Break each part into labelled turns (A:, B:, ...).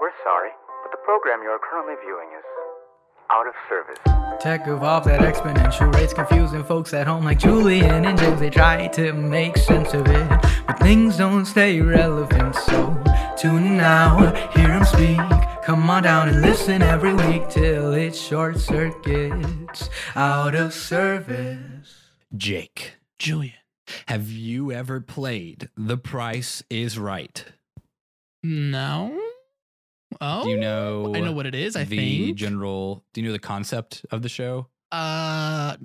A: We're sorry, but the program you are currently viewing is out of service.
B: Tech evolved at exponential rates, confusing folks at home like Julian and James. They try to make sense of it, but things don't stay relevant. So tune in now, hear him speak. Come on down and listen every week till it short circuits out of service.
C: Jake,
D: Julian.
C: have you ever played The Price is Right?
D: No. Oh.
C: Do you know
D: I know what it is. I
C: the
D: think.
C: general do you know the concept of the show?
D: uh,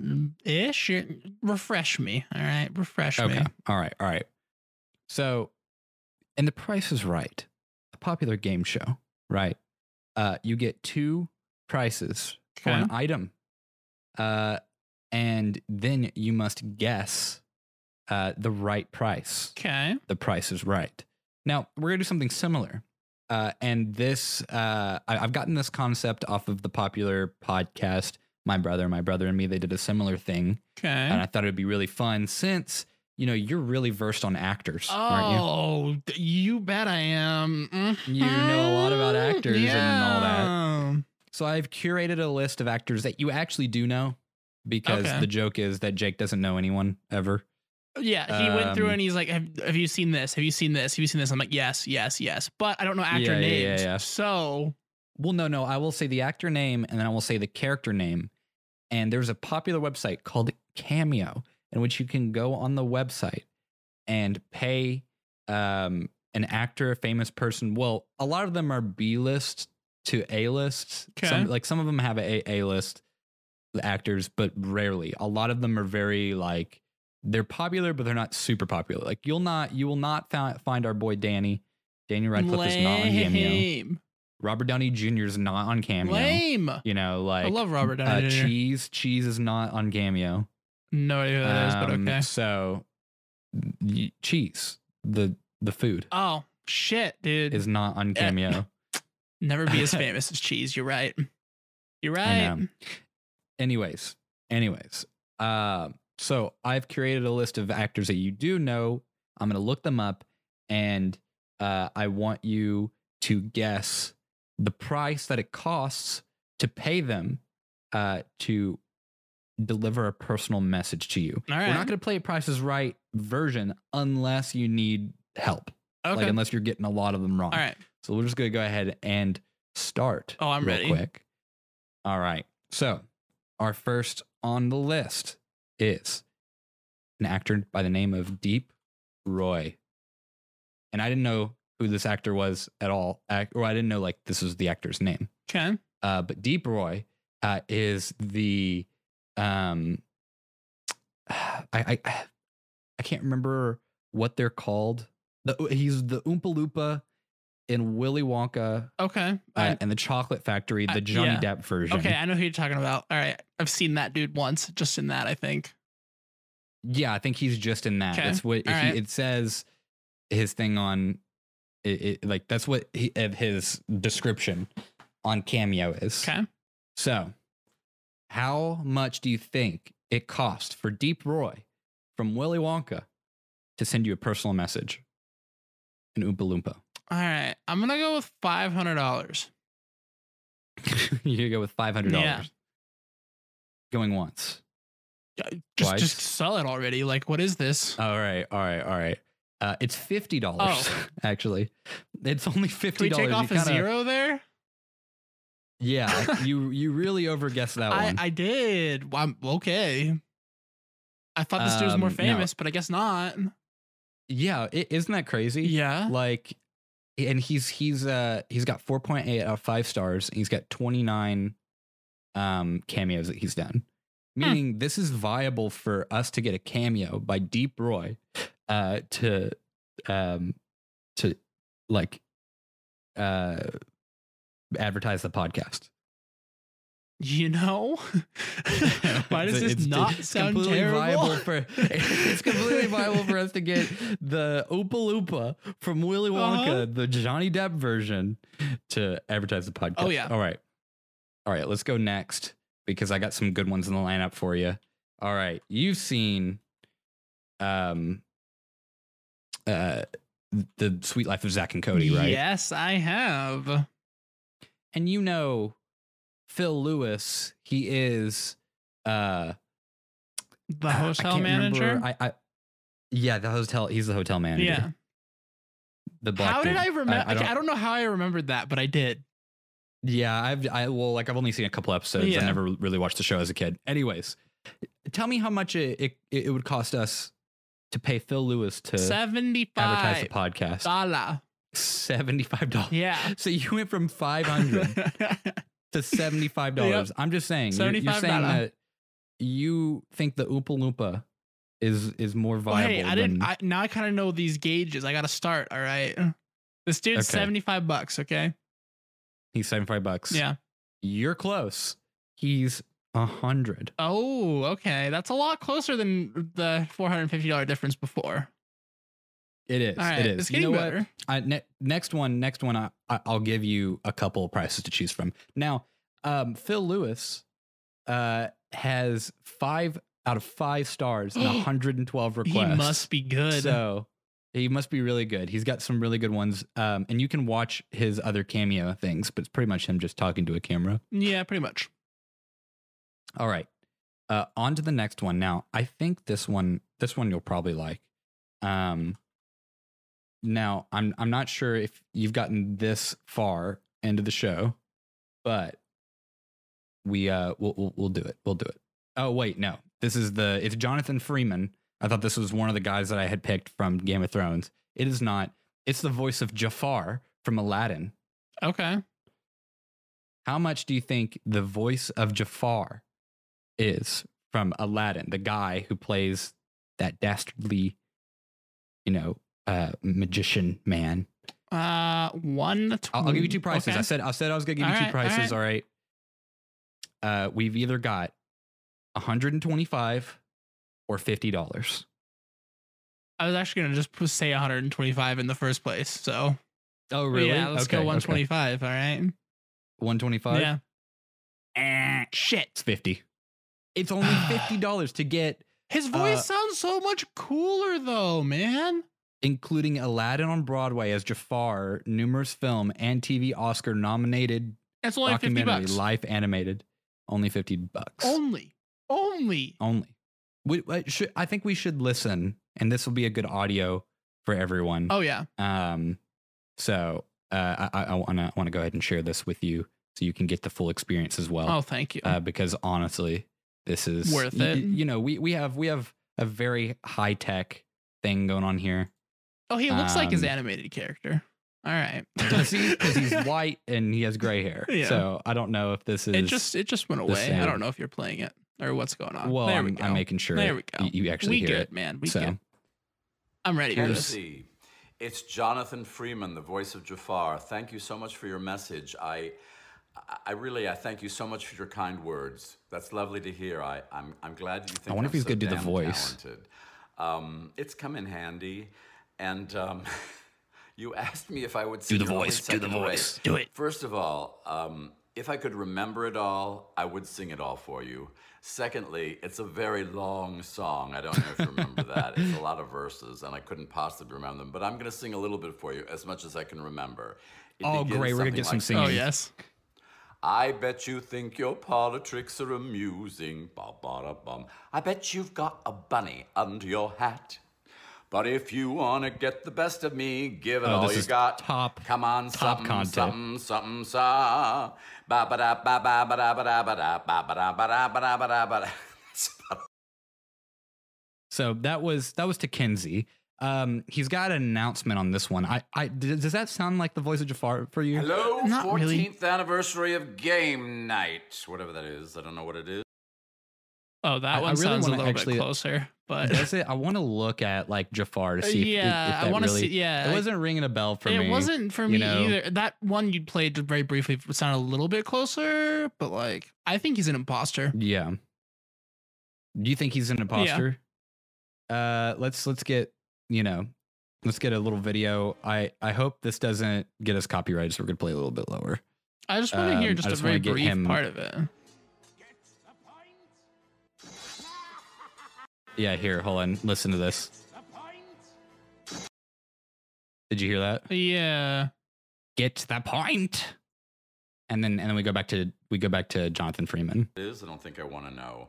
D: ish. uh, Refresh me. All right. Refresh me.
C: Okay. All right. All right. So, and The Price is Right, a popular game show, right? Uh, you get two prices for an item, uh, and then you must guess uh, the right price.
D: Okay.
C: The Price is Right. Now we're gonna do something similar, uh, and this uh, I, I've gotten this concept off of the popular podcast. My brother, my brother and me, they did a similar thing and
D: Okay.
C: I thought it would be really fun since you know you're really versed on actors, aren't
D: Oh, d- you bet I am.
C: You know a lot about
D: Mhm.
C: actors and all that.
D: Yeah.
C: you? So I've curated a list of actors that you actually do know, because
D: Okay.
C: the joke is that Jake doesn't know anyone ever.
D: Yeah, he went through
C: Um,
D: and he's like, have, have you seen this? Have you seen this? Have you seen this? I'm like, yes, yes, yes. But I don't know actor
C: Yeah, yeah, yeah,
D: names.
C: yeah.
D: So,
C: Well, no, no, I will say the actor name and then I will say the character name. And there's a popular website called Cameo, in which you can go on the website and pay um, an actor, a famous person. Well, a lot of them are B list to A list. Some,
D: Okay.
C: like some of them have A A list actors, but rarely. A lot of them are very like they're popular, but they're not super popular. Like you'll not you will not fi- find our boy Danny. Daniel Radcliffe is not on Cameo.
D: lame.
C: Robert Downey Jr. is not on Cameo.
D: Lame.
C: You know, like
D: I love Robert
C: uh,
D: Downey Jr.
C: cheese. Cheese is not on Cameo.
D: No idea who that is, but
C: Um,
D: okay.
C: So y- cheese, the the food,
D: Oh, shit, dude.
C: is not
D: eh,
C: on Cameo.
D: Never be as famous as cheese. You're right. You're right.
C: know. anyways, anyways, um, so I've created a list of actors that you do know. I'm gonna look them up, and uh, I want you to guess the price that it costs to pay them uh, to deliver a personal message to you.
D: All right.
C: We're not gonna play a Price is Right version unless you need help,
D: okay.
C: like unless you're getting a lot of them wrong.
D: All right.
C: So we're just gonna go ahead and start.
D: Oh, I'm
C: real
D: ready.
C: Quick. All right. So our first on the list is an actor by the name of Deep Roy, and I didn't know who this actor was at all, ac- or I didn't know like this was the actor's name.
D: Okay.
C: Uh, but Deep Roy uh, is the um, I, I I- I can't remember what they're called. The, he's the Oompa Loompa in Willy Wonka
D: Okay.
C: uh,
D: I-
C: and the Chocolate Factory,
D: I-
C: the Johnny
D: Uh, yeah.
C: Depp version.
D: okay. I know who you're talking about. All right. I've seen that dude once, just in that, I think.
C: Yeah, I think he's just in that.
D: Okay.
C: That's what he,
D: All right.
C: it says. His thing on it, it like that's what he, of his description on Cameo is.
D: Okay.
C: So, how much do you think it cost for Deep Roy from Willy Wonka to send you a personal message? An Oompa
D: All right. I'm going to go with $500.
C: Loompa. you go with five hundred dollars. Going once.
D: Just,
C: Twice. Uh,
D: just sell it already. Like, what is this?
C: All right, all right, all right. Uh, it's fifty dollars actually. It's only
D: Oh. Can
C: fifty
D: we
C: dollars.
D: take off a zero there?
C: Yeah, you you really overguessed that
D: I,
C: one.
D: I did. Well, I'm- okay. I thought this dude was more
C: Um, no.
D: famous, but I guess not.
C: yeah, is isn't that crazy?
D: Yeah.
C: Like, and he's he's uh he's got four point eight out of five stars. And he's got twenty nine um cameos that he's done. Meaning this is viable for us to get a cameo by Deep Roy, uh to um to like uh advertise the podcast.
D: You know, why
C: It's-
D: does this
C: it's-
D: not
C: it's
D: sound
C: completely
D: terrible?
C: Viable for, it's completely viable for us to get the Oopa Loopa from Willy Wonka,
D: Uh-huh.
C: the Johnny Depp version, to advertise the podcast.
D: Oh, yeah.
C: All right. All right. Let's go next because I got some good ones in the lineup for you. All right. You've seen um, uh, the Sweet Life of Zach and Cody, right?
D: Yes, I have.
C: and you know Phil Lewis, he is uh
D: The
C: I
D: hotel
C: can't remember,
D: manager.
C: I, I yeah, the hotel. He's the hotel manager.
D: yeah.
C: The black
D: How did
C: dude.
D: I remember? I,
C: I
D: don't,
C: don't-
D: know how I remembered that, but I did.
C: Yeah, I've I well, like I've only seen a couple episodes.
D: Yeah.
C: I never really watched the show as a kid. Anyways, tell me how much it it, it would cost us to pay Phil Lewis to advertise the
D: Seventy-five
C: podcast.
D: dollar.
C: Seventy five dollars.
D: Yeah.
C: So you went from five hundred to seventy five dollars. I'm just saying. You're, you're
D: $75.
C: saying that you think the Oompa Loompa is is more
D: Well,
C: viable.
D: hey, I didn't.
C: than-
D: I, now I kind of know these gauges. I got to start. All right. This dude's
C: Okay.
D: seventy-five bucks. Okay.
C: he's seventy five bucks.
D: Yeah.
C: You're close. He's a hundred.
D: Oh, okay. That's a lot closer than the four hundred and fifty dollar difference before.
C: It is.
D: All right.
C: it is.
D: It's getting
C: you know what?
D: better.
C: I, ne- next one, next one. I, I, I'll give you a couple of prices to choose from. Now, um, Phil Lewis uh, has five out of five stars and 112 requests.
D: He must be good.
C: So he must be really good. He's got some really good ones. Um, and you can watch his other cameo things, but it's pretty much him just talking to a camera.
D: yeah, pretty much.
C: All right. Uh, on to the next one. Now, I think this one, this one you'll probably like. Um, now, I'm I'm not sure if you've gotten this far into the show, but we uh we'll we'll, we'll do it. We'll do it. Oh wait, no. This is the it's Jonathan Freeman. I thought this was one of the guys that I had picked from Game of Thrones. It is not. It's the voice of Jafar from Aladdin.
D: Okay.
C: How much do you think the voice of Jafar is from Aladdin, the guy who plays that dastardly, you know, uh, magician man?
D: Uh, one. tw-
C: I'll, I'll give you two prices.
D: Mm, okay.
C: I said I said I was gonna give you
D: All
C: two
D: right, all
C: prices. All right. Uh, we've either got 125 or fifty dollars.
D: I was actually gonna just p- say 125 in the first place. So
C: Oh
D: yeah, let's go 125. All right.
C: 125.
D: Yeah. Eh, shit.
C: It's fifty. It's only fifty dollars to get,
D: His voice
C: Uh,
D: sounds so much cooler though, man.
C: including Aladdin on Broadway as Jafar, numerous film and TV Oscar nominated
D: It's only 50
C: documentary
D: bucks.
C: life animated only 50 bucks
D: Only. Only.
C: only we, I should, i think we should listen and this will be a good audio for everyone
D: Oh yeah.
C: um so uh i i want to want to go ahead and share this with you so you can get the full experience as well
D: Oh, thank you.
C: uh, because honestly this is
D: Worth
C: y-
D: it.
C: y- you know we we have we have a very high tech thing going on here
D: oh, he looks like his
C: um,
D: animated character. All right.
C: because he's white and he has gray hair
D: Yeah.
C: so i don't know if this is
D: it just it just went
C: the
D: away. I
C: same.
D: don't know if you're playing it or what's going on.
C: well
D: there we
C: I'm,
D: go.
C: I'm making sure
D: There we go.
C: y- you actually
D: we
C: hear
D: good,
C: it
D: man. We
C: so
D: good. I'm ready for this.
E: Casey, it's Jonathan Freeman, the voice of Jafar. Thank you so much for your message. I, I- I really, I thank you so much for your kind words. That's lovely to hear. I, I'm, I'm glad you think.
C: wonder
E: I'm
C: if he's
E: so
C: gonna do the
E: damn
C: voice.
E: Talented. Um, it's come in handy, and um, you asked me if I would do
C: the voice, do the voice.
D: Do it.
E: First of all, um, if I could remember it all, I would sing it all for you. Secondly, it's a very long song. I don't know if you remember that. It's a lot of verses, and I couldn't possibly remember them. But I'm going to sing a little bit for you, as much as I can remember. It
C: Oh,
E: begins
C: great. We're gonna
E: something
C: get some
E: like
C: singing.
D: Oh yes.
E: I bet you think your politics are amusing. Ba ba da bum. I bet you've got a bunny under your hat. But if you wanna get the best of me, give it
C: Oh,
E: all
C: this
E: you
C: is
E: got.
C: top-
E: Come on,
C: top
E: something,
C: content.
E: something, something, sa. Ba ba da ba ba ba da ba da ba da ba ba da ba da ba da ba da ba da. That's about
C: So that was that was to Kenzie. Um, he's got an announcement on this one. I, I d- does that sound like the voice of Jafar for you?
E: Hello,
D: Not
E: 14th
D: really.
E: anniversary of game night. Whatever that is. I don't know what it is.
D: Oh, that
C: I- I
D: one
C: really
D: sounds a
C: wanna
D: little
C: actually-
D: bit closer, but
C: Does it? I want to look at like Jafar to see. if- if,
D: Uh, yeah,
C: if
D: I
C: that
D: want to
C: really,
D: see. Yeah,
C: It wasn't ringing a bell for
D: it
C: me.
D: wasn't for
C: you
D: me
C: know?
D: either. That one you played very briefly sounded a little bit closer, but like I think he's an imposter.
C: Yeah. Do you think he's an imposter? Uh, let's let's get you know, let's get a little video. I I hope this doesn't get us copyrighted, so we're gonna play a little bit lower.
D: I just want to hear
C: Um,
D: just
C: I
D: a
C: just
D: very
C: wanna get
D: brief
C: him-
D: part of it.
C: Yeah, here, hold on, listen to this. Did you hear that?
D: Yeah,
C: Get to the point. and then and then we go back to we go back to Jonathan Freeman.
E: It is. I don't think I want to know.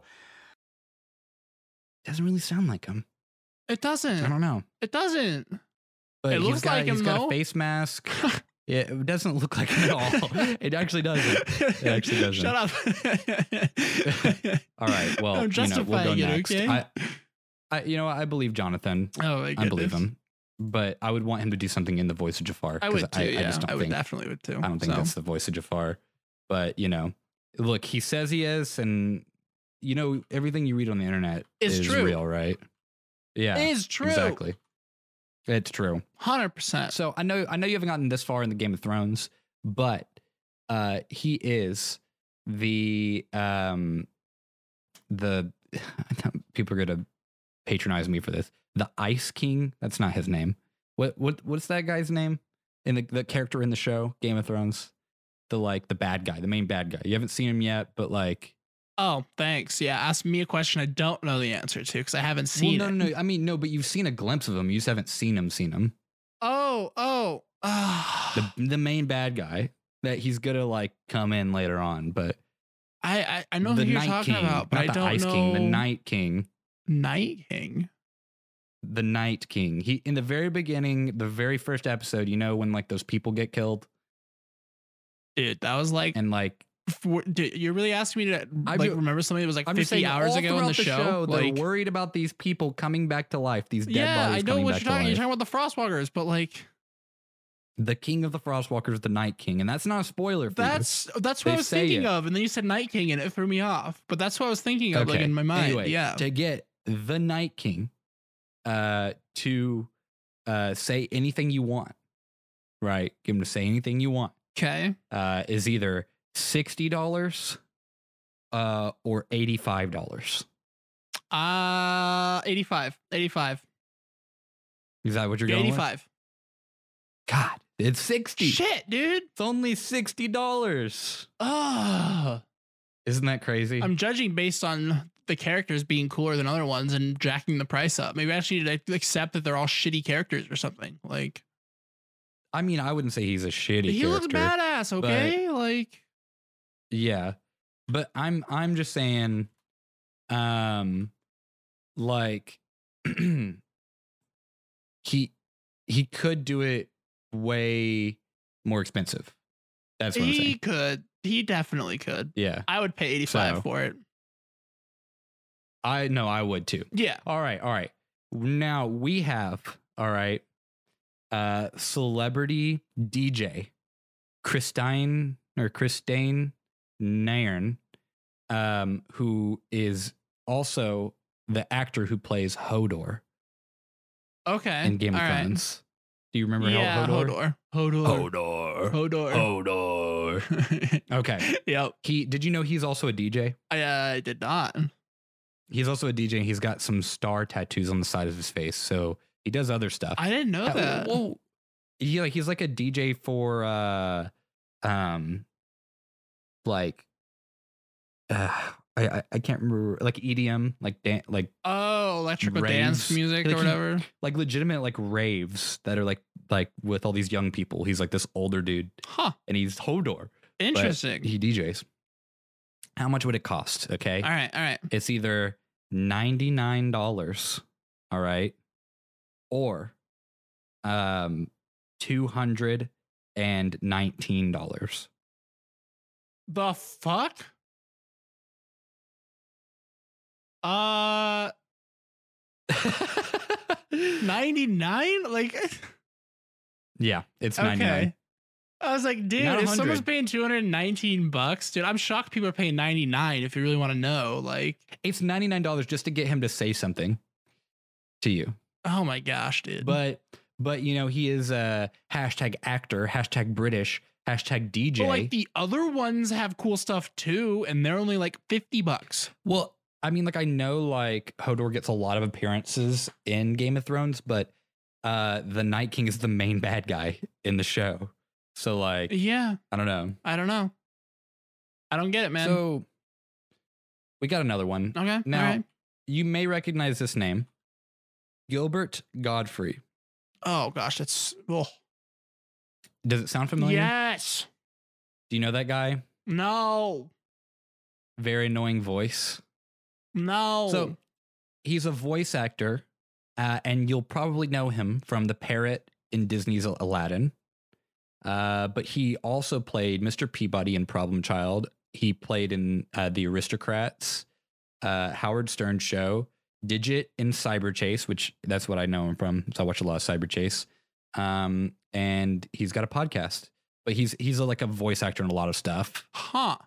C: Doesn't really sound like him.
D: It
C: I
D: doesn't.
C: don't know.
D: It doesn't.
C: But
D: It
C: he's
D: looks
C: got,
D: like him,
C: he's got
D: though.
C: a face mask. yeah, it doesn't look like him at all. It actually doesn't. It actually doesn't.
D: Shut up.
C: All right. Well,
D: I'm
C: you know, we'll go
D: justifying it,
C: next.
D: okay?
C: I, I, you know, what, I believe Jonathan.
D: oh my
C: I believe
D: goodness.
C: him, but I would want him to do something in the voice of Jafar.
D: I
C: 'cause
D: would too. yeah, I,
C: just don't
D: would
C: think
D: definitely would too.
C: I don't think
D: so.
C: that's the voice of Jafar. But you know, look, he says he is, and you know everything you read on the internet
D: It's
C: is
D: true.
C: real, right? Yeah,
D: It is true.
C: exactly. It's true.
D: Hundred percent.
C: So I know I know you haven't gotten this far in the Game of Thrones, but uh, he is the um the people are gonna patronize me for this. The Ice King. That's not his name. What what what's that guy's name in the the character in the show Game of Thrones? The like the bad guy, the main bad guy. You haven't seen him yet, but like
D: Oh, thanks. Yeah, ask me a question I don't know the answer to because I haven't
C: well,
D: seen
C: no,
D: it.
C: no, no. I mean, no, but you've seen a glimpse of him. You just haven't seen him, seen him.
D: Oh, oh, oh.
C: The the main bad guy that he's gonna like come in later on, but
D: I, I I know who
C: the
D: you're
C: Night
D: talking
C: King,
D: about, but
C: not
D: I
C: the
D: don't
C: Ice
D: know.
C: King, the Night King,
D: Night King.
C: the Night King. He in the very beginning, the very first episode, you know, when like those people get killed
D: Dude, that was like.
C: and like
D: four- dude, you're really asking me to
C: I
D: like
C: do-
D: remember something that was like
C: I'm just
D: 50
C: saying,
D: hours
C: all
D: ago in
C: throughout
D: the show. like,
C: they're worried about these people coming back to life, these dead
D: yeah,
C: bodies
D: I know
C: coming
D: what
C: back
D: you're talking.
C: to
D: You're
C: life.
D: talking about the Frostwalkers, but like
C: the King of the Frostwalkers, the Night King, and that's not a spoiler. For you.
D: that's that's what
C: They
D: I was
C: say
D: thinking
C: it.
D: of, and then you said Night King, and it threw me off. But that's what I was thinking of, like in my mind.
C: Anyway,
D: yeah,
C: To get the Night King uh, to uh, say anything you want, right? Give him to say anything you want
D: Okay.
C: uh, is either sixty dollars uh, or eighty five dollars.
D: Uh 85. 85.
C: Is that what you're going? with?
D: 85.
C: God, it's sixty.
D: Shit, dude.
C: It's only sixty dollars.
D: Ugh.
C: Isn't that crazy?
D: I'm judging based on the characters being cooler than other ones and jacking the price up. Maybe I actually need to accept that they're all shitty characters or something. Like
C: I mean, I wouldn't say he's a shitty.
D: he
C: character.
D: looks badass, okay? like
C: Yeah. But I'm I'm just saying um like he he could do it way more expensive. That's what I'm
D: he
C: saying.
D: could. He definitely could.
C: Yeah.
D: I would pay 85
C: So.
D: for it.
C: I no, I would too.
D: Yeah.
C: All right, all right. Now we have all right uh celebrity DJ Christine or Christine Nairn um who is also the actor who plays Hodor
D: Okay.
C: in Game of
D: all right.
C: Thrones. Do you remember
D: Yeah,
C: Hodor?
D: Hodor. Hodor.
C: Hodor. Oh. Hodor.
D: Hodor. Hodor.
C: Okay.
D: yep.
C: He did you know he's also a DJ?
D: I, uh, I did not.
C: He's also a DJ. He's got some star tattoos on the side of his face. So he does other stuff.
D: I didn't know
C: Uh,
D: that.
C: Whoa. Yeah, like he's like a DJ for uh um like uh I I- I can't remember like EDM, like dan- like
D: Oh, electrical
C: Raves.
D: dance music
C: Like
D: or
C: he-
D: whatever.
C: like legitimate like raves that are like like with all these young people. He's like this older dude
D: Huh.
C: and he's Hodor. but
D: Interesting.
C: He DJs. How much would it cost? Okay.
D: all right, all right.
C: It's either $99, all right, or um $219.
D: The fuck? Uh 99? Like
C: yeah, it's 99.
D: okay. I was like, dude,
C: Not
D: if someone's
C: 100.
D: paying 219 bucks, dude, I'm shocked people are paying 99 if you really want to know. Like,
C: It's $99 just to get him to say something to you.
D: oh my gosh, dude.
C: But but you know, he is a hashtag actor, hashtag British, hashtag DJ.
D: But, like the other ones have cool stuff too, and they're only like 50 bucks.
C: Well, I mean, like I know like Hodor gets a lot of appearances in Game of Thrones, but uh the Night King is the main bad guy in the show. So like
D: Yeah,
C: I don't know.
D: I don't know. I don't get it, man.
C: So we got another one.
D: okay.
C: now-
D: all right.
C: You may recognize this name. Gilbert Godfrey.
D: Oh gosh, that's oh.
C: Does it sound familiar?
D: Yes.
C: Do you know that guy?
D: No,
C: Very annoying voice.
D: no.
C: So he's a voice actor, uh, and you'll probably know him from the parrot in Disney's Aladdin. Uh, but he also played Mr. Peabody in Problem Child. He played in uh, The Aristocrats, uh, Howard Stern Show, Digit in Cyber Chase, which that's what I know him from. So I watch a lot of Cyber Chase. Um, and he's got a podcast, but he's he's like a voice actor in a lot of stuff
D: huh?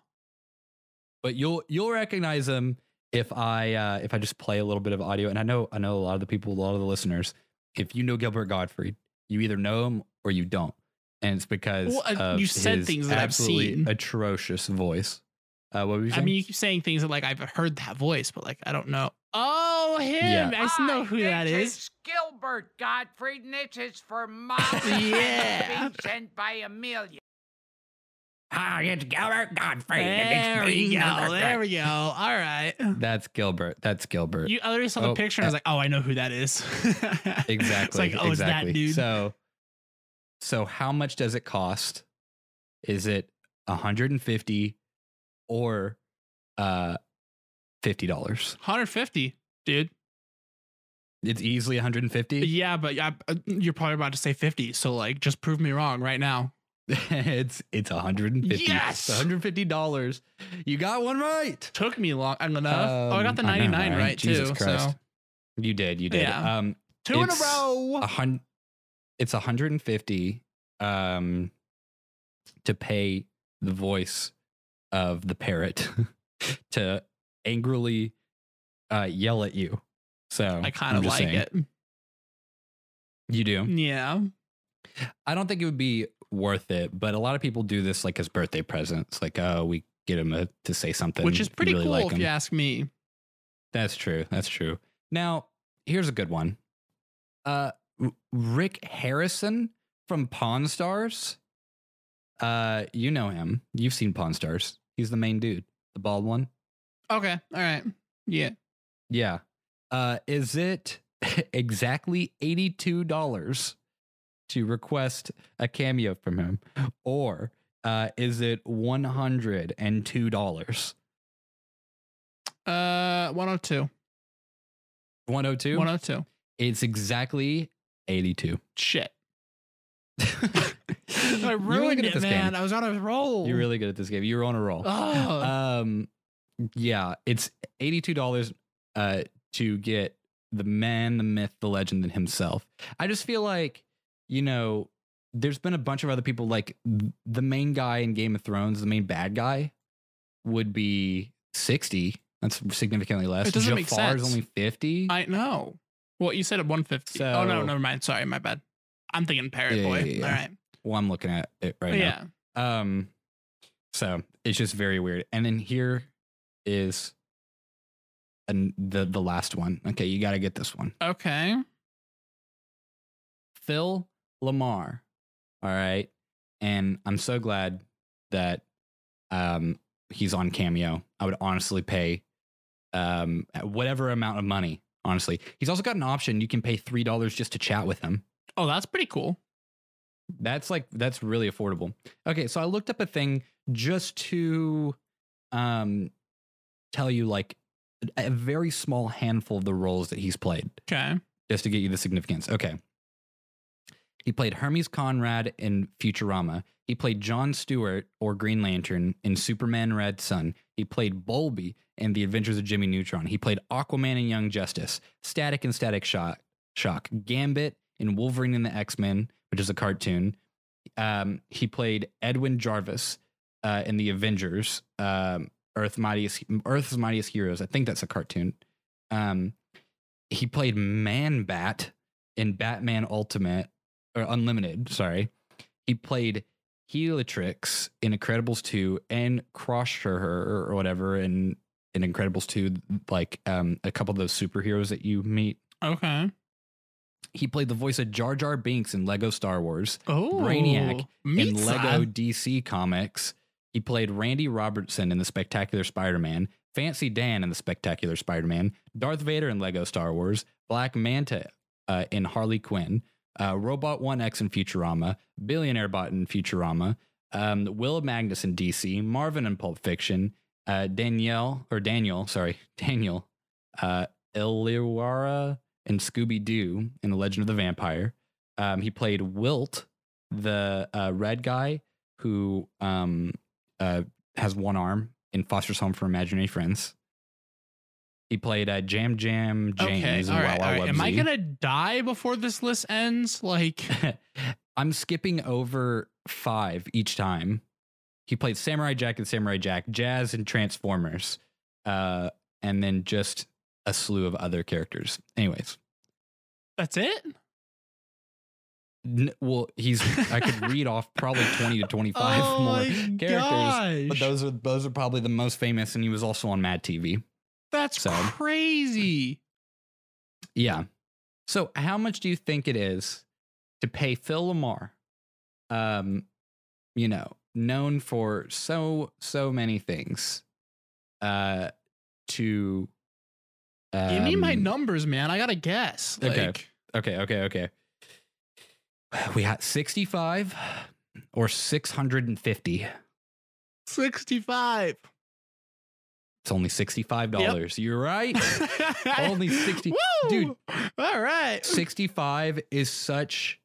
C: but you'll you'll recognize them if I uh, if I just play a little bit of audio. And I know I know a lot of the people, a lot of the listeners. If you know Gilbert Gottfried, you either know him or you don't, and it's because
D: Well, uh,
C: of
D: you said
C: his
D: things that I've
C: absolutely
D: seen.
C: Atrocious voice. Uh, what were you
D: I
C: saying?
D: mean, you keep saying things that like I've heard that voice, but like I don't know. Oh, him! I
B: Ah,
D: s-
F: Hi,
D: know who that
F: this
D: is.
F: Gilbert Gottfried, and this is for Mom.
D: Yeah.
F: Being sent by Amelia.
C: Hi, it's Gilbert Gottfried.
D: There we go. There we go. All right.
C: That's Gilbert. That's Gilbert.
D: You I already saw the
C: Oh,
D: picture. and I was like, oh, I know who that is.
C: exactly.
D: It's like, oh,
C: exactly.
D: it's that dude.
C: So, so how much does it cost? Is it 150 or uh fifty dollars?
D: 150, dude.
C: It's easily 150.
D: Yeah, but I, you're probably about to say 50. So like, just prove me wrong right now.
C: it's it's 150.
D: Yes!
C: 150 dollars. You got one right.
D: Took me long enough. oh, I got the
C: Um, know,
D: 99 right,
C: Jesus
D: too.
C: Christ.
D: So
C: you did. You did.
D: Yeah.
C: Um,
D: two in a
C: It's
D: row.
C: a hun- it's 150 um to pay the voice of the parrot to angrily uh yell at you so
D: I kind
C: I'm
D: of
C: just
D: like
C: saying.
D: it.
C: you do
D: Yeah.
C: i don't think it would be worth it but a lot of people do this like as birthday presents like oh we get him a, to say something
D: Which is
C: you
D: pretty
C: really
D: cool
C: like
D: if
C: him.
D: you ask me.
C: That's true. That's true. Now, here's a good one. Uh, R- Rick Harrison from Pawn Stars. Uh, you know him. You've seen Pawn Stars. He's the main dude, the bald one.
D: Okay. All right. Yeah.
C: Yeah. Uh, is it exactly eighty-two dollars to request a cameo from him, or uh, is it one hundred and two dollars?
D: Uh, 102.
C: One hundred two.
D: 102.
C: It's exactly eighty-two.
D: Shit.
C: I
D: I ruined it, man. I Oh. was on a roll.
C: You're really good at this game. You're on a roll.
D: Oh.
C: Um, yeah, it's eighty-two dollars uh, to get the man, the myth, the legend, and himself. I just feel like you know, there's been a bunch of other people like th- the main guy in Game of Thrones, the main bad guy, would be sixty. That's significantly less.
D: It doesn't make
C: Jafar is
D: sense.
C: only fifty.
D: I know. Well, you said at 150. oh no,
C: So-
D: never mind. Sorry, my bad. I'm thinking parrot
C: Yeah,
D: boy.
C: yeah, yeah.
D: All right.
C: well, I'm looking at it right now.
D: yeah.
C: Um, so it's just very weird. And then here is an, the the last one. Okay, you got to get this one.
D: Okay.
C: Phil Lamar. All right, and I'm so glad that um he's on Cameo. I would honestly pay um whatever amount of money. Honestly, he's also got an option. You can pay three dollars just to chat with him.
D: Oh, that's pretty cool.
C: That's like that's really affordable. Okay, so I looked up a thing just to um tell you like a a very small handful of the roles that he's played
D: Okay.
C: just to get you the significance. Okay. He played Hermes Conrad in Futurama. He played John Stewart or Green Lantern in Superman Red Sun. He played Bulby in The Adventures of Jimmy Neutron. He played Aquaman in Young Justice, Static and Static Shock, Shock, Gambit in Wolverine and the X Men, which is a cartoon. Um, he played Edwin Jarvis uh, in The Avengers, um, Earth Mightiest, Earth's Mightiest Heroes. I think that's a cartoon. Um, he played Man Bat in Batman Ultimate or Unlimited. Sorry, he played Helatrix in Incredibles Two and Crusher or whatever in in Incredibles Two, like um, a couple of those superheroes that you meet.
D: Okay.
C: He played the voice of Jar Jar Binks in Lego Star Wars
D: Oh,
C: Brainiac in
D: Meatza.
C: Lego DC Comics. He played Randy Robertson in The Spectacular Spider Man, Fancy Dan in The Spectacular Spider Man, Darth Vader in Lego Star Wars, Black Manta uh, in Harley Quinn, uh, Robot 1X in Futurama, Billionaire Bot in Futurama, um, Will Magnus in DC, Marvin in Pulp Fiction, uh, Danielle or Daniel, sorry, Daniel, uh, Illawarra and Scooby Doo in The Legend of the Vampire. Um, he played Wilt, the uh, red guy who um, uh, has one arm in Foster's Home for Imaginary Friends. He played uh, Jam Jam
D: okay.
C: James in
D: All right.
C: Wow
D: All
C: Wow
D: right. Am I
C: Wubsy.
D: gonna die before this list ends? Like,
C: I'm skipping over five each time. He played Samurai Jack and Samurai Jack, Jazz and Transformers, uh, and then just a slew of other characters. Anyways,
D: that's it?
C: n- well, he's I could read off probably twenty to twenty five
D: oh
C: more
D: my
C: characters,
D: gosh.
C: but those are those are probably the most famous. And he was also on Mad TV.
D: that's
C: so-
D: crazy.
C: Yeah. So how much do you think it is to pay Phil Lamar? Um, you know, known for so so many things. Uh to
D: Give me my
C: um,
D: numbers, man. I gotta guess. Like,
C: okay. Okay, okay, okay. We had 65 or 650.
D: 65.
C: It's only $65. You're right. Only 60
D: Woo!
C: Dude.
D: All right.
C: 65 is such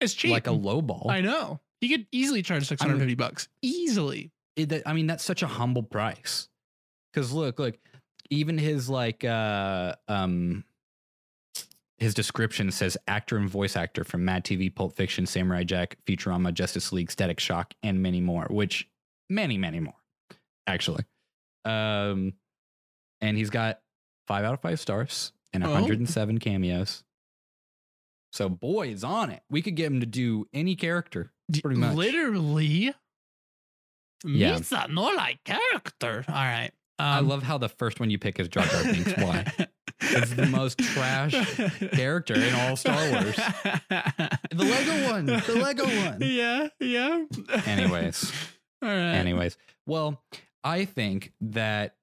D: It's cheap.
C: like a low ball.
D: I know. You could easily charge 650 bucks. Easily.
C: it, that, I mean, that's such a humble price. Because look, look, even his like, uh, um, his description says actor and voice actor from Mad TV, Pulp Fiction, Samurai Jack, Futurama, Justice League, Static Shock, and many more. Which many, many more, actually. Um, and he's got five out of five stars and
D: Oh.
C: 107 cameos. So boy is on it. We could get him to do any character.
D: D-
C: Pretty much.
D: Literally.
C: Yeah.
D: Misa, no like character. All right. Um,
C: I love how the first one you pick is Jar Jar Binks. Why? It's the most trash character in all Star Wars. The Lego one, the Lego one.
D: Yeah, yeah.
C: Anyways,
D: All
C: Uh,
D: right.
C: anyways, well, I think that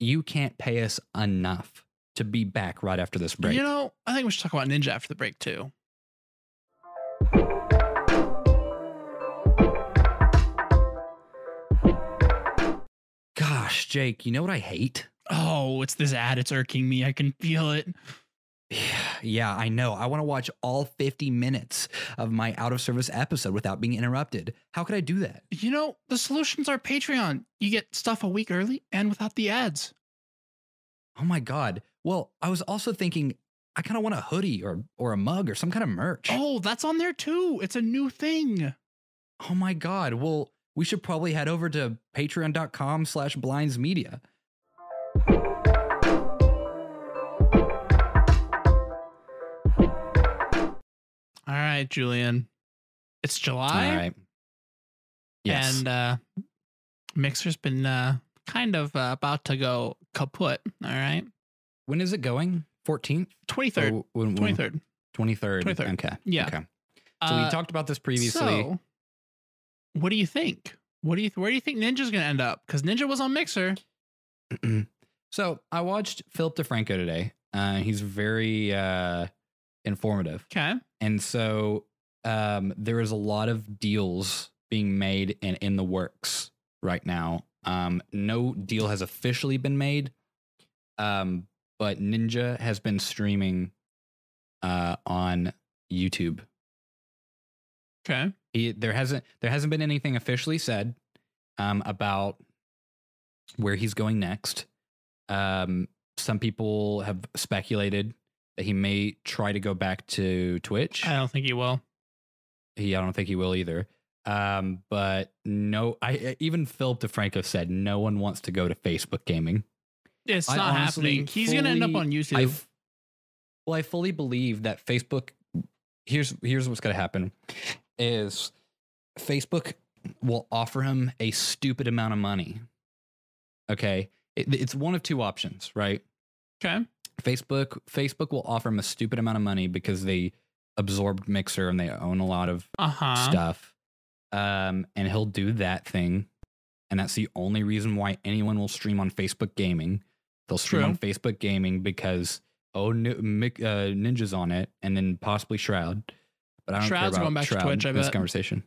C: you can't pay us enough to be back right after this break.
D: You know, I think we should talk about Ninja after the break too.
C: Gosh, Jake, you know what I hate?
D: Oh, it's this ad. It's irking me. I can feel it.
C: Yeah, yeah, I know. I want to watch all 50 minutes of my out of service episode without being interrupted. How could I do that?
D: You know, the solution's our Patreon. You get stuff a week early and without the ads.
C: Oh my god. Well, I was also thinking I kind of want a hoodie or or a mug or some kind of merch.
D: Oh, that's on there too. It's a new thing.
C: Oh my god. Well, we should probably head over to patreon.com slash blinds media.
D: All right, Julian. It's July.
C: Yes.
D: And uh Mixer's been uh kind of uh, about to go kaput. All right.
C: when is it going? 14th?
D: 23rd.
C: Or when- when-
D: 23rd.
C: 23rd.
D: 23rd.
C: Okay.
D: Yeah.
C: Okay. So
D: Uh,
C: we talked about this previously.
D: So, what do you think? What do you where do you think Ninja's gonna end up? Because Ninja was on Mixer.
C: so I watched Philip DeFranco today. Uh, he's very uh, informative.
D: Okay.
C: And so um, there is a lot of deals being made and in the works right now. Um, no deal has officially been made, um, but Ninja has been streaming uh, on YouTube.
D: Okay.
C: He, there hasn't there hasn't been anything officially said um, about where he's going next. Um, some people have speculated that he may try to go back to Twitch.
D: I don't think he will.
C: He, I don't think he will either. Um, but no, I even Philip DeFranco said no one wants to go to Facebook gaming.
D: It's
C: I
D: not
C: honestly
D: happening. He's gonna end up
C: fully-
D: on YouTube.
C: I f- well, I fully believe that Facebook. Here's here's what's gonna happen, is Facebook will offer him a stupid amount of money. Okay, It- it's one of two options, right?
D: okay.
C: Facebook Facebook will offer him a stupid amount of money because they absorbed Mixer and they own a lot of
D: Uh huh.
C: stuff. Um, and he'll do that thing. And that's the only reason why anyone will stream on Facebook Gaming. They'll stream on Facebook Gaming because, oh, Ni- Mick, uh, Ninja's on it and then possibly Shroud. But I don't
D: Shroud's
C: care about
D: going back to
C: Shroud
D: Twitch, I
C: in this
D: bet.
C: conversation.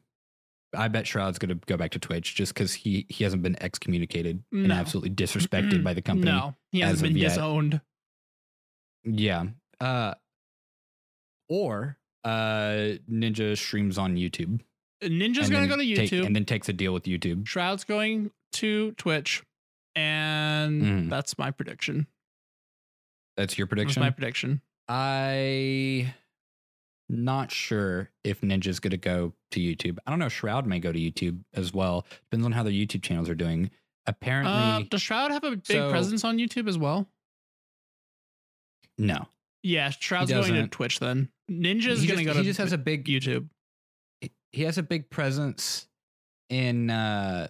C: I bet Shroud's going to go back to Twitch just because he he hasn't been excommunicated and
D: No.
C: absolutely disrespected by the company.
D: No, he
C: as
D: hasn't
C: of
D: been
C: yet.
D: disowned.
C: Yeah. Uh, or uh, Ninja streams on YouTube.
D: Ninja's
C: and
D: gonna go
C: then
D: to YouTube.
C: take- and then takes a deal with YouTube.
D: Shroud's going to Twitch, and
C: Mhm.
D: that's my prediction.
C: That's your
D: That's
C: prediction.
D: my prediction.
C: I not sure if Ninja's gonna go to YouTube. I don't know. Shroud may go to YouTube as well. Depends on how their YouTube channels are doing. Apparently,
D: Uh, does Shroud have a big
C: So-
D: presence on YouTube as well?
C: no.
D: Yeah, Shroud's going to
C: doesn't.
D: Twitch then. Ninja's
C: he
D: gonna
C: just,
D: go to
C: he just has a big
D: YouTube.
C: he has a big presence in uh,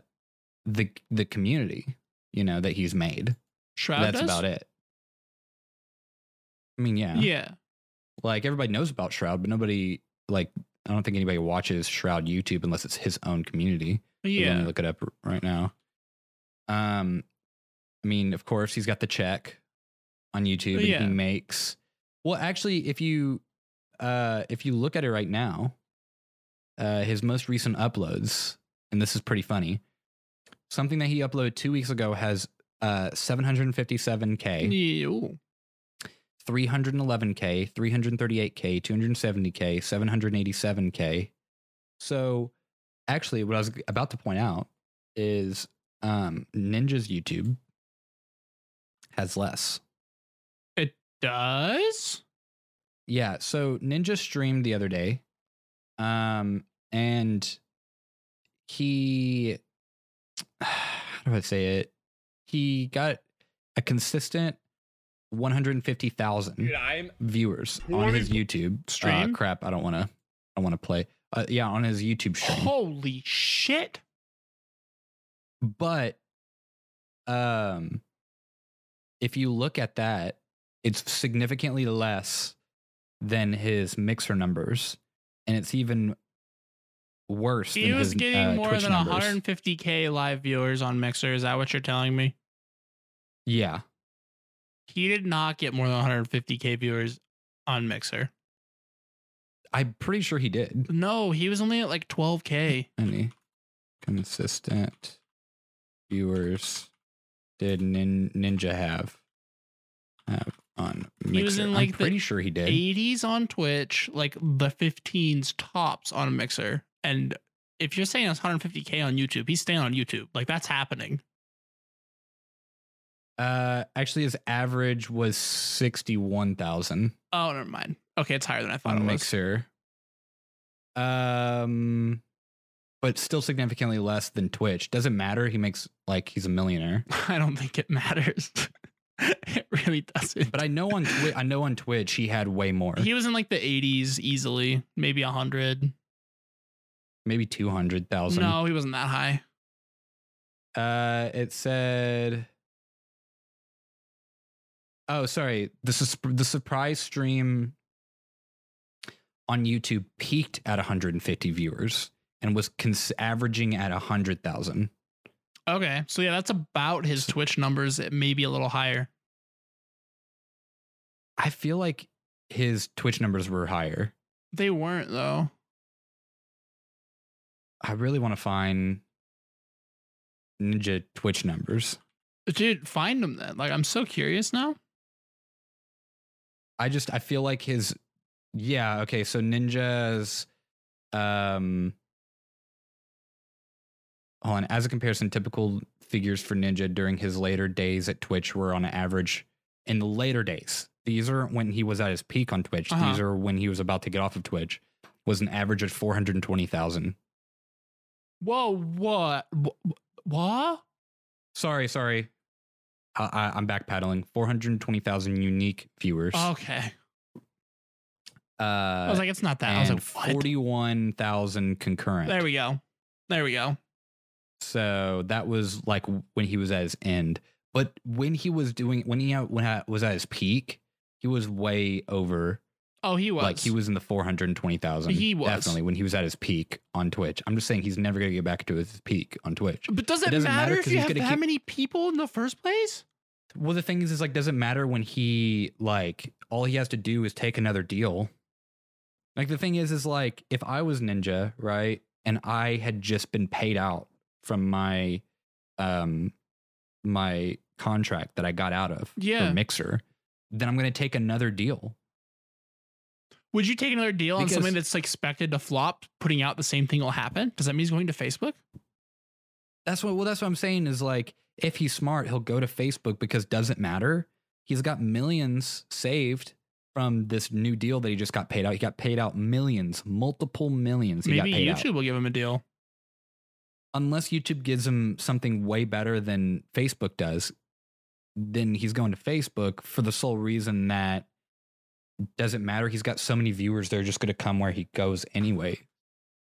C: the the community. You know that he's made.
D: Shroud
C: That's
D: does?
C: about it. I mean, yeah.
D: Yeah.
C: Like everybody knows about Shroud, but nobody like I don't think anybody watches Shroud YouTube unless it's his own community. Let me
D: Yeah.
C: look it up r- right now. Um, I mean, of course, he's got the check on YouTube. And
D: Yeah.
C: He makes well, actually, if you uh, if you look at it right now, uh, his most recent uploads, and this is pretty funny. Something that he uploaded two weeks ago has uh, 757k,
D: Yeah, ooh.
C: 311k, 338k, 270k, 787k. So actually what I was about to point out is um Ninja's YouTube has less.
D: Does?
C: Yeah, so Ninja streamed the other day. Um and he how do I say it? He got a consistent 150,000
G: I'm
C: viewers on his YouTube Uh,
D: Stream?
C: crap, I don't want to I want to play. Uh, yeah, on his YouTube stream.
D: Holy shit.
C: but um if you look at that it's significantly less than his mixer numbers and it's even worse
D: He
C: than
D: was
C: his,
D: getting
C: uh,
D: more
C: Twitch
D: than
C: numbers.
D: 150k live viewers on Mixer. Is that what you're telling me?
C: yeah
D: He did not get more than 150k viewers on Mixer.
C: i'm pretty sure he did
D: No, he was only at like 12k.
C: any consistent viewers did nin- ninja have have on mixer
D: He was in, like,
C: i'm
D: the
C: pretty sure he did
D: 80s on Twitch, like the 15s tops on Mixer. And if you're saying it's 150k on YouTube, he's staying on YouTube. Like that's happening.
C: uh actually his average was 61000
D: Oh, never mind. Okay, it's higher than I thought
C: on
D: it was.
C: Mixer. Um, but still significantly less than Twitch. Doesn't matter. He makes like he's a millionaire.
D: I don't think it matters. it really doesn't.
C: But I know on Twi- I know on Twitch he had way more.
D: he was in like the 80s easily, maybe 100.
C: maybe two hundred thousand.
D: No, he wasn't that high.
C: Uh, it said. Oh, sorry. The sus- the surprise stream on YouTube peaked at 150 viewers and was cons- averaging at 100,000.
D: Okay, so yeah, that's about his Twitch numbers, maybe a little higher.
C: I feel like his Twitch numbers were higher.
D: They weren't though.
C: I really want to find Ninja Twitch numbers.
D: Dude, find him then. Like, I'm so curious now.
C: I just I feel like his yeah, okay, so Ninja's um hold on, as a comparison, typical figures for Ninja during his later days at Twitch were on average in the later days. These aren't when he was at his peak on Twitch.
D: Uh-huh.
C: These are when he was about to get off of Twitch. Was an average of 420,000.
D: Whoa, what? Wh- What?
C: Sorry, sorry. I, I, I'm backpedaling. 420,000 unique viewers.
D: Okay.
C: uh,
D: Oh, I was like, it's not that. I was like, what?
C: 41,000 concurrent.
D: There we go. There we go.
C: So that was like when he was at his end. But when he was doing, when he out- when I was at his peak, he was way over.
D: Oh, he was.
C: Like he was in the 420,000.
D: He was.
C: Definitely when he was at his peak on Twitch. I'm just saying he's never going to get back to his peak on Twitch.
D: But does
C: It
D: it,
C: doesn't matter
D: matter, if
C: 'cause
D: you
C: he's
D: have
C: gonna
D: that
C: keep-
D: many people in the first place?
C: Well, the thing is, is like, doesn't matter when he like all he has to do is take another deal. Like the thing is, is like if I was Ninja, right, and I had just been paid out from my um my contract that I got out of for
D: Yeah.
C: mixer, then I'm gonna take another deal.
D: Would you take another deal on
C: Because-
D: something that's like expected to flop, putting out the same thing will happen? Does that mean he's going to Facebook?
C: That's what well, that's what I'm saying is like if he's smart, he'll go to Facebook because doesn't matter. He's got millions saved from this new deal that he just got paid out. He got paid out millions, multiple millions. He
D: Maybe
C: got paid out.
D: YouTube will give him a deal.
C: unless YouTube gives him something way better than Facebook does, then he's going to Facebook for the sole reason that doesn't matter. He's got so many viewers, they're just going to come where he goes anyway.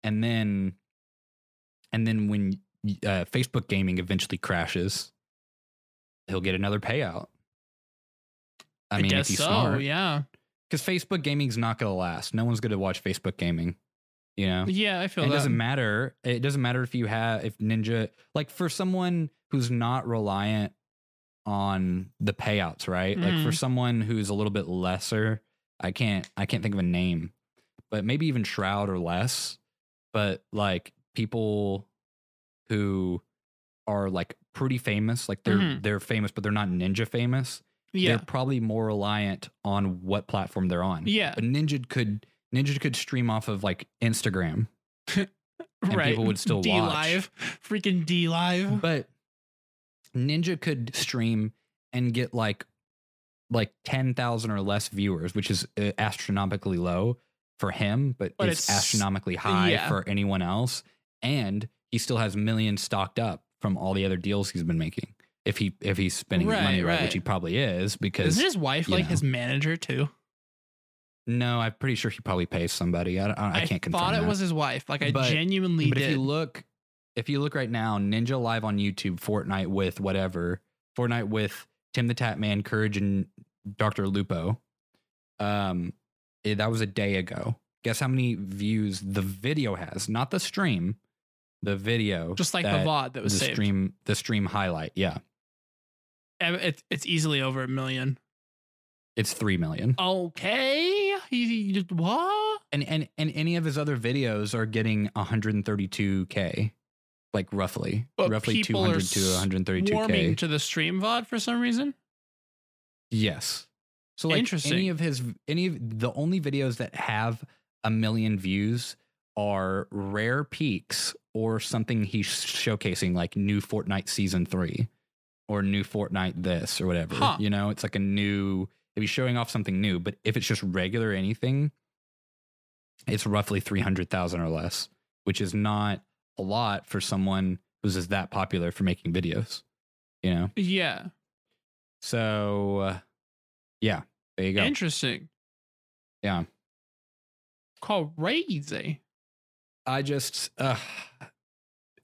C: And then, and then when uh, Facebook gaming eventually crashes, he'll get another payout. I, mean, if
D: guess
C: he's
D: so.
C: smart,
D: Yeah.
C: because Facebook gaming's not going to last. No one's going to watch Facebook gaming. You know,
D: Yeah, I feel
C: it
D: that.
C: doesn't matter. It doesn't matter if you have if Ninja like for someone who's not reliant on the payouts, right?
D: Mm-hmm.
C: Like for someone who's a little bit lesser, I can't I can't think of a name, but maybe even Shroud or less. But like people who are like pretty famous, like they're
D: Mhm.
C: they're famous, but they're not ninja famous
D: yeah.
C: they're probably more reliant on what platform they're on.
D: Yeah.
C: But Ninja could Ninja could stream off of like Instagram. and
D: right.
C: people would still watch.
D: D live. Freaking D live.
C: But Ninja could stream and get like like 10,000 or less viewers, which is uh, astronomically low for him, but,
D: But
C: it's,
D: it's- uh,
C: astronomically high
D: yeah.
C: for anyone else. And he still has millions stocked up from all the other deals he's been making. If he if he's spending his
D: Right,
C: money right, which
D: right.
C: he probably is because
D: Is his wife
C: you
D: like
C: know.
D: his manager too?
C: No, I'm pretty sure he probably pays somebody. I, don't- I, I can't confirm.
D: thought it
C: that.
D: was his wife. Like I
C: But-
D: genuinely
C: But
D: did.
C: if you look, if you look right now, Ninja Live on YouTube, Fortnite with whatever, Fortnite with Tim the Tap Man, Courage, and Doctor Lupo. Um, eh, that was a day ago. Guess how many views the video has? Not the stream, the video.
D: Just like
C: that-
D: the VOD that was
C: the
D: saved.
C: stream, the stream highlight. Yeah,
D: Eh, It's, it's easily over a million.
C: it's three million.
D: Oh. Okay. He, he just, what?
C: and and and any of his other videos are getting 132k like roughly
D: But
C: roughly
D: people are
C: 200 to 132k
D: Warming to the stream VOD for some reason.
C: yes so like
D: Interesting.
C: any of his any of the only videos that have a million views are rare peaks or something he's showcasing like new Fortnite season 3 or new Fortnite this or whatever
D: Huh.
C: you know it's like a new if he's showing off something new but if it's just regular anything it's roughly 300,000 or less, which is not a lot for someone who's as that popular for making videos, you know?
D: Yeah.
C: So, uh, yeah, there you go.
D: Interesting.
C: Yeah.
D: Crazy.
C: I just, uh,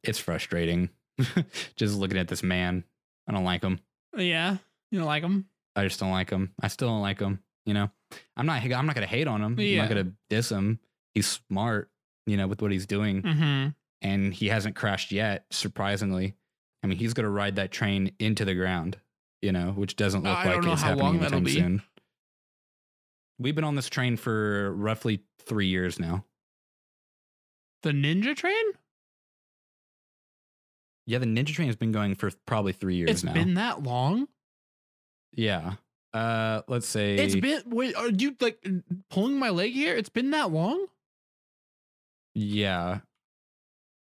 C: it's frustrating just looking at this man. I don't like him.
D: Yeah. You don't like him?
C: I just don't like him. I still don't like him, you know? I'm not, I'm not going to hate on him.
D: Yeah.
C: I'm not going to diss him. He's smart, you know, with what he's doing.
D: Mm-hmm.
C: and he hasn't crashed yet, surprisingly. I mean, he's going to ride that train into the ground, you know, which doesn't look
D: I
C: like
D: don't know
C: it's
D: how
C: happening
D: long that'll
C: anytime
D: be.
C: soon. We've been on this train for roughly three years now.
D: The ninja train?
C: Yeah, the Ninja Train has been going for probably three years
D: It's
C: now.
D: been that long.
C: yeah. Uh, let's say
D: It's been wait, are you like pulling my leg here? It's been that long?
C: Yeah.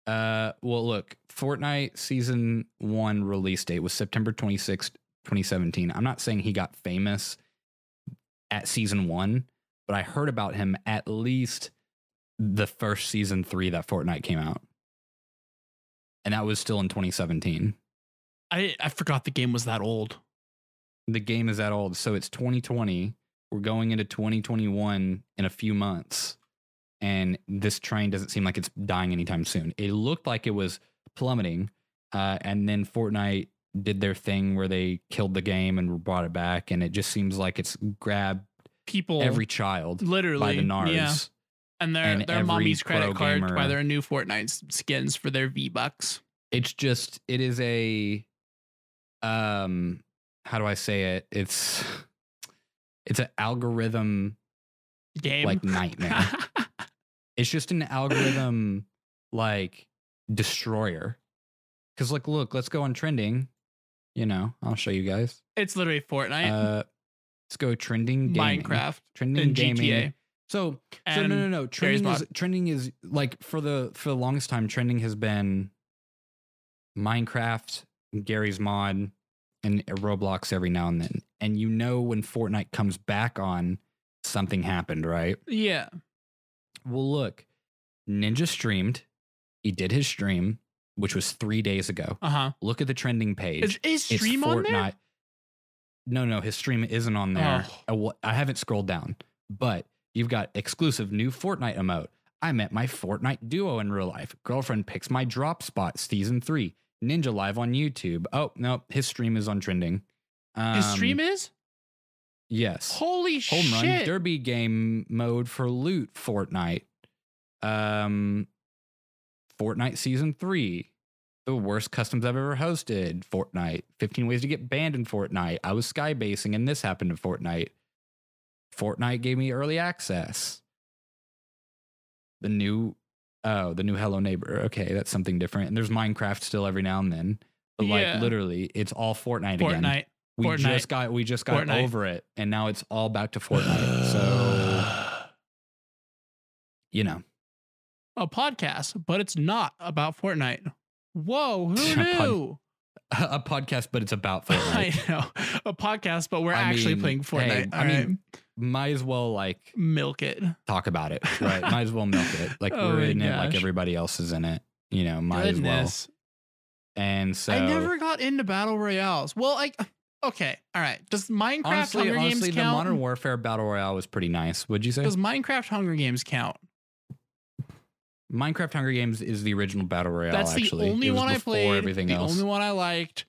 C: Uh, well, look, Fortnite season one release date was September 26th, 2017. I'm not saying he got famous at season one, but I heard about him at least the first season three that Fortnite came out. And that was still in 2017.
D: I I forgot the game was that old.
C: The game is that old. So it's 2020. We're going into 2021 in a few months. And this train doesn't seem like it's dying anytime soon. It looked like it was plummeting. Uh, and then Fortnite did their thing where they killed the game and brought it back. And it just seems like it's grabbed
D: People
C: every child
D: literally
C: by the NARS.
D: Yeah. And their
C: and
D: their
C: every
D: mommy's credit
C: pro
D: card
C: gamer-
D: by their new Fortnite s- skins for their V Bucks.
C: it's just it is a um how do i say it it's it's an algorithm
D: Game.
C: like nightmare it's just an algorithm like destroyer. Cause like, look, let's go on trending. You know, I'll show you guys.
D: It's literally Fortnite,
C: Uh, let's go trending gaming.
D: Minecraft,
C: trending
D: and
C: gaming.
D: GTA.
C: So, so
D: And
C: no, no, no. Trending
D: Mod.
C: is trending is like for the for the longest time, trending has been Minecraft, Gary's mod, and Roblox every now and then. And you know when Fortnite comes back on, something happened, right?
D: yeah,
C: Well, look, Ninja streamed. He did his stream, which was three days ago.
D: uh huh.
C: Look at the trending page.
D: Is, is
C: It's
D: stream on there?
C: No, no, his stream isn't on there.
D: Oh.
C: I wa- I haven't scrolled down, but you've got exclusive new Fortnite emote. I met my Fortnite duo in real life. Girlfriend picks my drop spot season three. Ninja live on YouTube. Oh no, his stream is on trending. Um,
D: His stream is
C: yes.
D: holy
C: Home
D: shit.
C: run derby game mode for loot Fortnite. Um, Fortnite season three, the worst customs I've ever hosted. Fortnite, fifteen ways to get banned in Fortnite. I was skybasing and this happened in Fortnite. Fortnite gave me early access. The new, oh, the new Hello Neighbor. Okay, that's something different. And there's Minecraft still every now and then, but
D: Yeah.
C: like literally, it's all Fortnite, again.
D: Fortnite.
C: We
D: Fortnite.
C: just got we just got
D: Fortnite.
C: over it, and now it's all back to Fortnite. so you know,
D: a podcast, but it's not about Fortnite. Whoa, who
C: A pod-
D: knew?
C: a podcast, but it's about
D: I
C: Fortnite.
D: know a podcast, but we're
C: I
D: actually
C: mean,
D: playing Fortnite.
C: hey, I
D: All right.
C: mean- Might as well like
D: milk it.
C: talk about it, right? Might as well milk it. Like
D: Oh
C: we're
D: my
C: in it, like
D: gosh.
C: everybody else is in it. You know, might as
D: Goodness,
C: well. And so,
D: I never got into battle royales. Well, like, okay, all right. Does Minecraft
C: honestly,
D: Hunger
C: honestly,
D: Games
C: the
D: count?
C: Modern Warfare Battle Royale was pretty nice. Would you say
D: Does Minecraft Hunger Games count?
C: Minecraft Hunger Games is the original Battle Royale?
D: That's the
C: actually,
D: only
C: It was
D: one I
C: before
D: played.
C: Everything
D: the
C: else.
D: only one I liked,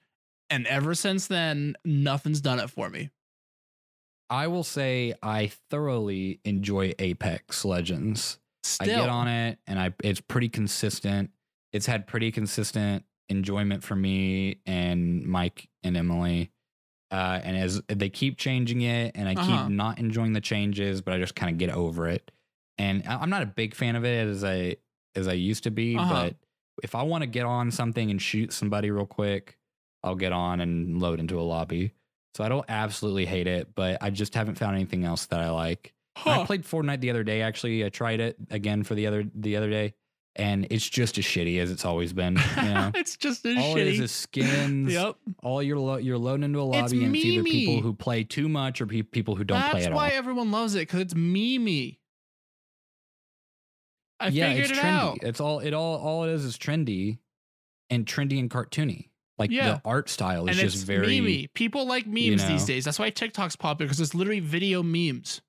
D: and ever since then, nothing's done it for me.
C: I will say I thoroughly enjoy Apex Legends.
D: Still,
C: I get on it and I it's pretty consistent. It's had pretty consistent enjoyment for me and Mike and Emily. Uh, and as they keep changing it and I
D: Uh-huh.
C: keep not enjoying the changes, but I just kind of get over it. And I- I'm not a big fan of it as I as I used to be,
D: Uh-huh.
C: but if I want to get on something and shoot somebody real quick, I'll get on and load into a lobby. So I don't absolutely hate it, but I just haven't found anything else that I like.
D: Huh.
C: I played Fortnite the other day. Actually, I tried it again for the other the other day, and it's just as shitty as it's always been. You know?
D: it's just a
C: all
D: shitty.
C: it is is skins.
D: Yep.
C: All you're lo- you're loading into a
D: It's
C: lobby, and it's either
D: memey.
C: people who play too much or pe- people who don't
D: That's
C: play at
D: why
C: all.
D: everyone loves it because it's memey. I
C: yeah,
D: figured
C: it's
D: it
C: trendy.
D: out.
C: It's all it all all it is is trendy, and trendy and cartoony. Like
D: Yeah.
C: the art style
D: And
C: is
D: it's
C: just very
D: memey. People like memes
C: you
D: these
C: know.
D: days. That's why TikTok's popular because it's literally video memes.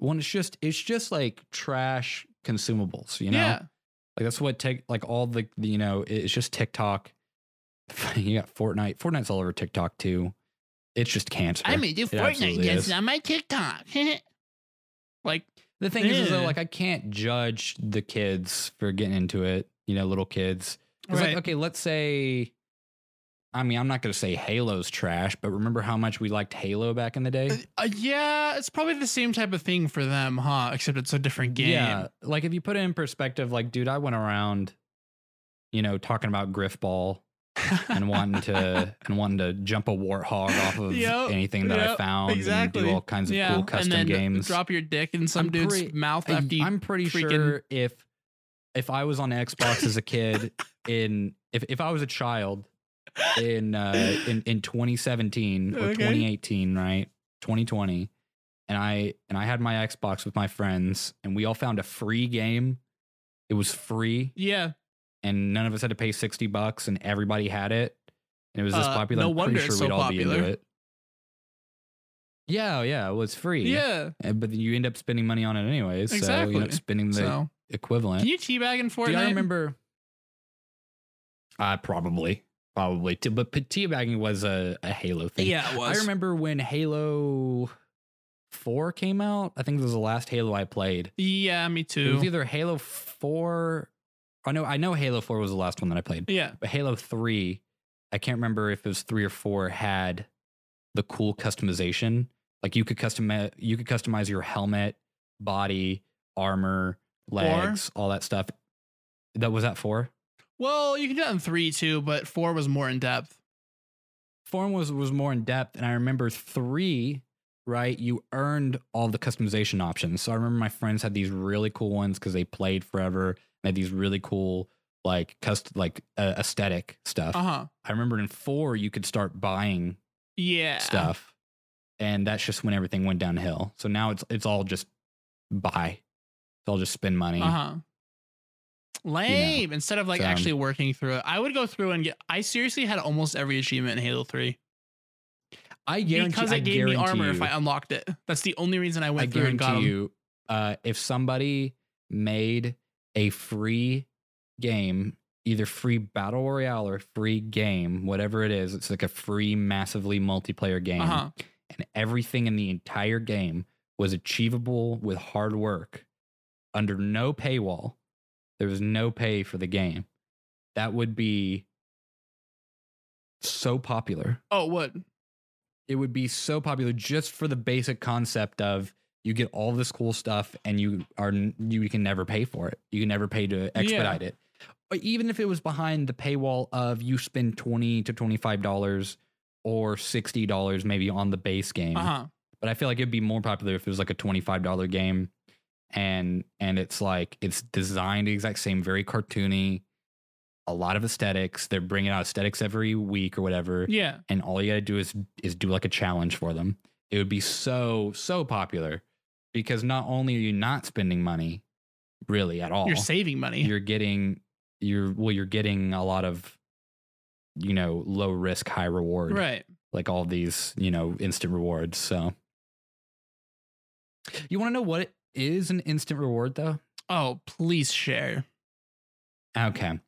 C: Well, it's just it's just like trash consumables. You know.
D: yeah.
C: Like that's what tech, like all the, the, you know, it- it's just TikTok. you got Fortnite. Fortnite's all over TikTok too. It's just cancer.
D: I made do
C: It absolutely
D: Fortnite dances
C: is.
D: on my TikTok. like,
C: the thing is, is
D: Eh.
C: though, like I can't judge the kids for getting into it. You know, little kids. It's
D: right.
C: like okay, let's say. I mean, I'm not going to say Halo's trash, but remember how much we liked Halo back in the day?
D: Uh, yeah, it's probably the same type of thing for them, huh? Except it's a different game.
C: Yeah. Like if you put it in perspective, like, dude, I went around, you know, talking about Griff Ball and wanting to and wanting to jump a warthog off of
D: Yep,
C: anything that I
D: yep,
C: found and
D: exactly.
C: do all kinds of
D: yeah,
C: cool custom
D: and then
C: games.
D: drop your dick in some
C: I'm
D: dude's
C: pretty-
D: mouth
C: I,
D: after you
C: am pretty
D: freaking-
C: sure if if I was on Xbox as a kid in if if I was a child in uh in, in 2017 or
D: Okay.
C: 2018, right? 2020 and I and I had my Xbox with my friends and we all found a free game. It was free
D: Yeah.
C: and none of us had to pay 60 bucks and everybody had it and it was this
D: Uh,
C: popular
D: no
C: i'm
D: wonder
C: pretty sure
D: it's
C: we'd
D: so
C: all be
D: popular.
C: into it yeah yeah it was free
D: Yeah.
C: And- Eh, but you end up spending money on it anyways so you end
D: Exactly.
C: up spending the
D: So,
C: equivalent
D: can you teabag in Fortnite?
C: do i remember uh probably probably too but, but teabagging was a, a halo thing
D: Yeah, it was.
C: I remember when Halo 4 came out. I think it was the last Halo I played.
D: Yeah, me
C: It was
D: too.
C: either Halo 4. I know I know Halo 4 was the last one that I played.
D: Yeah.
C: But Halo 3, I can't remember if it was 3 or 4 had the cool customization. Like you could custom you could customize your helmet, body, armor, legs, all that stuff. That was that four.
D: Well, you can do that in three too, but four was more in depth.
C: Four was was more in depth, and I remember three. Right, you earned all the customization options. So I remember my friends had these really cool ones because they played forever. And had these really cool like custom like uh, aesthetic stuff.
D: Uh huh.
C: I remember in four you could start buying
D: Yeah.
C: stuff, and that's just when everything went downhill. So now it's it's all just buy. It's all just spend money.
D: Uh huh. Lame. Instead of like
C: so- um
D: actually working through it, I would go through and get. I seriously had almost every achievement in Halo Three
C: I guarantee
D: because
C: I
D: it gave me
C: guarantee
D: armor
C: you,
D: if I unlocked it. That's the only reason I
C: I
D: went through and
C: guarantee
D: got 'em.
C: you, uh, if somebody made a free game, either free battle royale or free game, whatever it is, it's like a free, massively multiplayer game,
D: Uh-huh.
C: and everything in the entire game was achievable with hard work, under no paywall. There was no pay for the game. That would be so popular
D: Oh, what?
C: it would be so popular just for the basic concept of you get all this cool stuff and you are n- you can never pay for it. You can never pay to expedite it. Or even if it was behind the paywall of you spend 20 to 25 dollars or 60 dollars maybe on the base game.
D: Uh huh.
C: But I feel like it'd be more popular if it was like a 25 dollar game and and it's like it's designed the exact same very cartoony a lot of aesthetics. They're bringing out aesthetics every week or whatever
D: Yeah.
C: and all you gotta do is is do like a challenge for them. It would be so so popular because not only are you not spending money really at all,
D: You're saving money.
C: you're getting you're well you're getting a lot of you know low risk high reward
D: right.
C: like all these you know instant rewards. So you want to know what is an instant reward though?
D: Oh, please share.
C: Okay.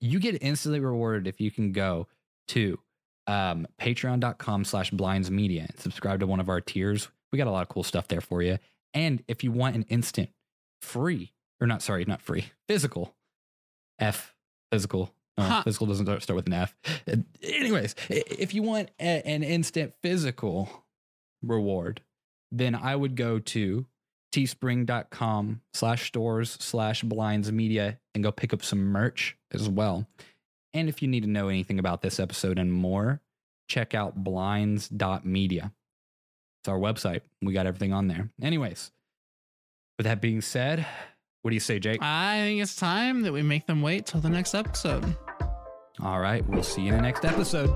C: You get instantly rewarded if you can go to um, patreon.com slash blinds media and subscribe to one of our tiers. We got a lot of cool stuff there for you. And if you want an instant free, or not, sorry, not free, physical, F, physical. No,
D: Huh.
C: Physical doesn't start start with an F. Uh, Anyways, i- if you want a- an instant physical reward, then I would go to teespring.com slash stores slash blinds media and go pick up some merch as well. And if you need to know anything about this episode and more, check out blinds.media. It's our website. We got everything on there. Anyways, with that being said, what do you say, Jake?
D: I think it's time that we make them wait till the next episode.
C: All right, we'll see you in the next episode.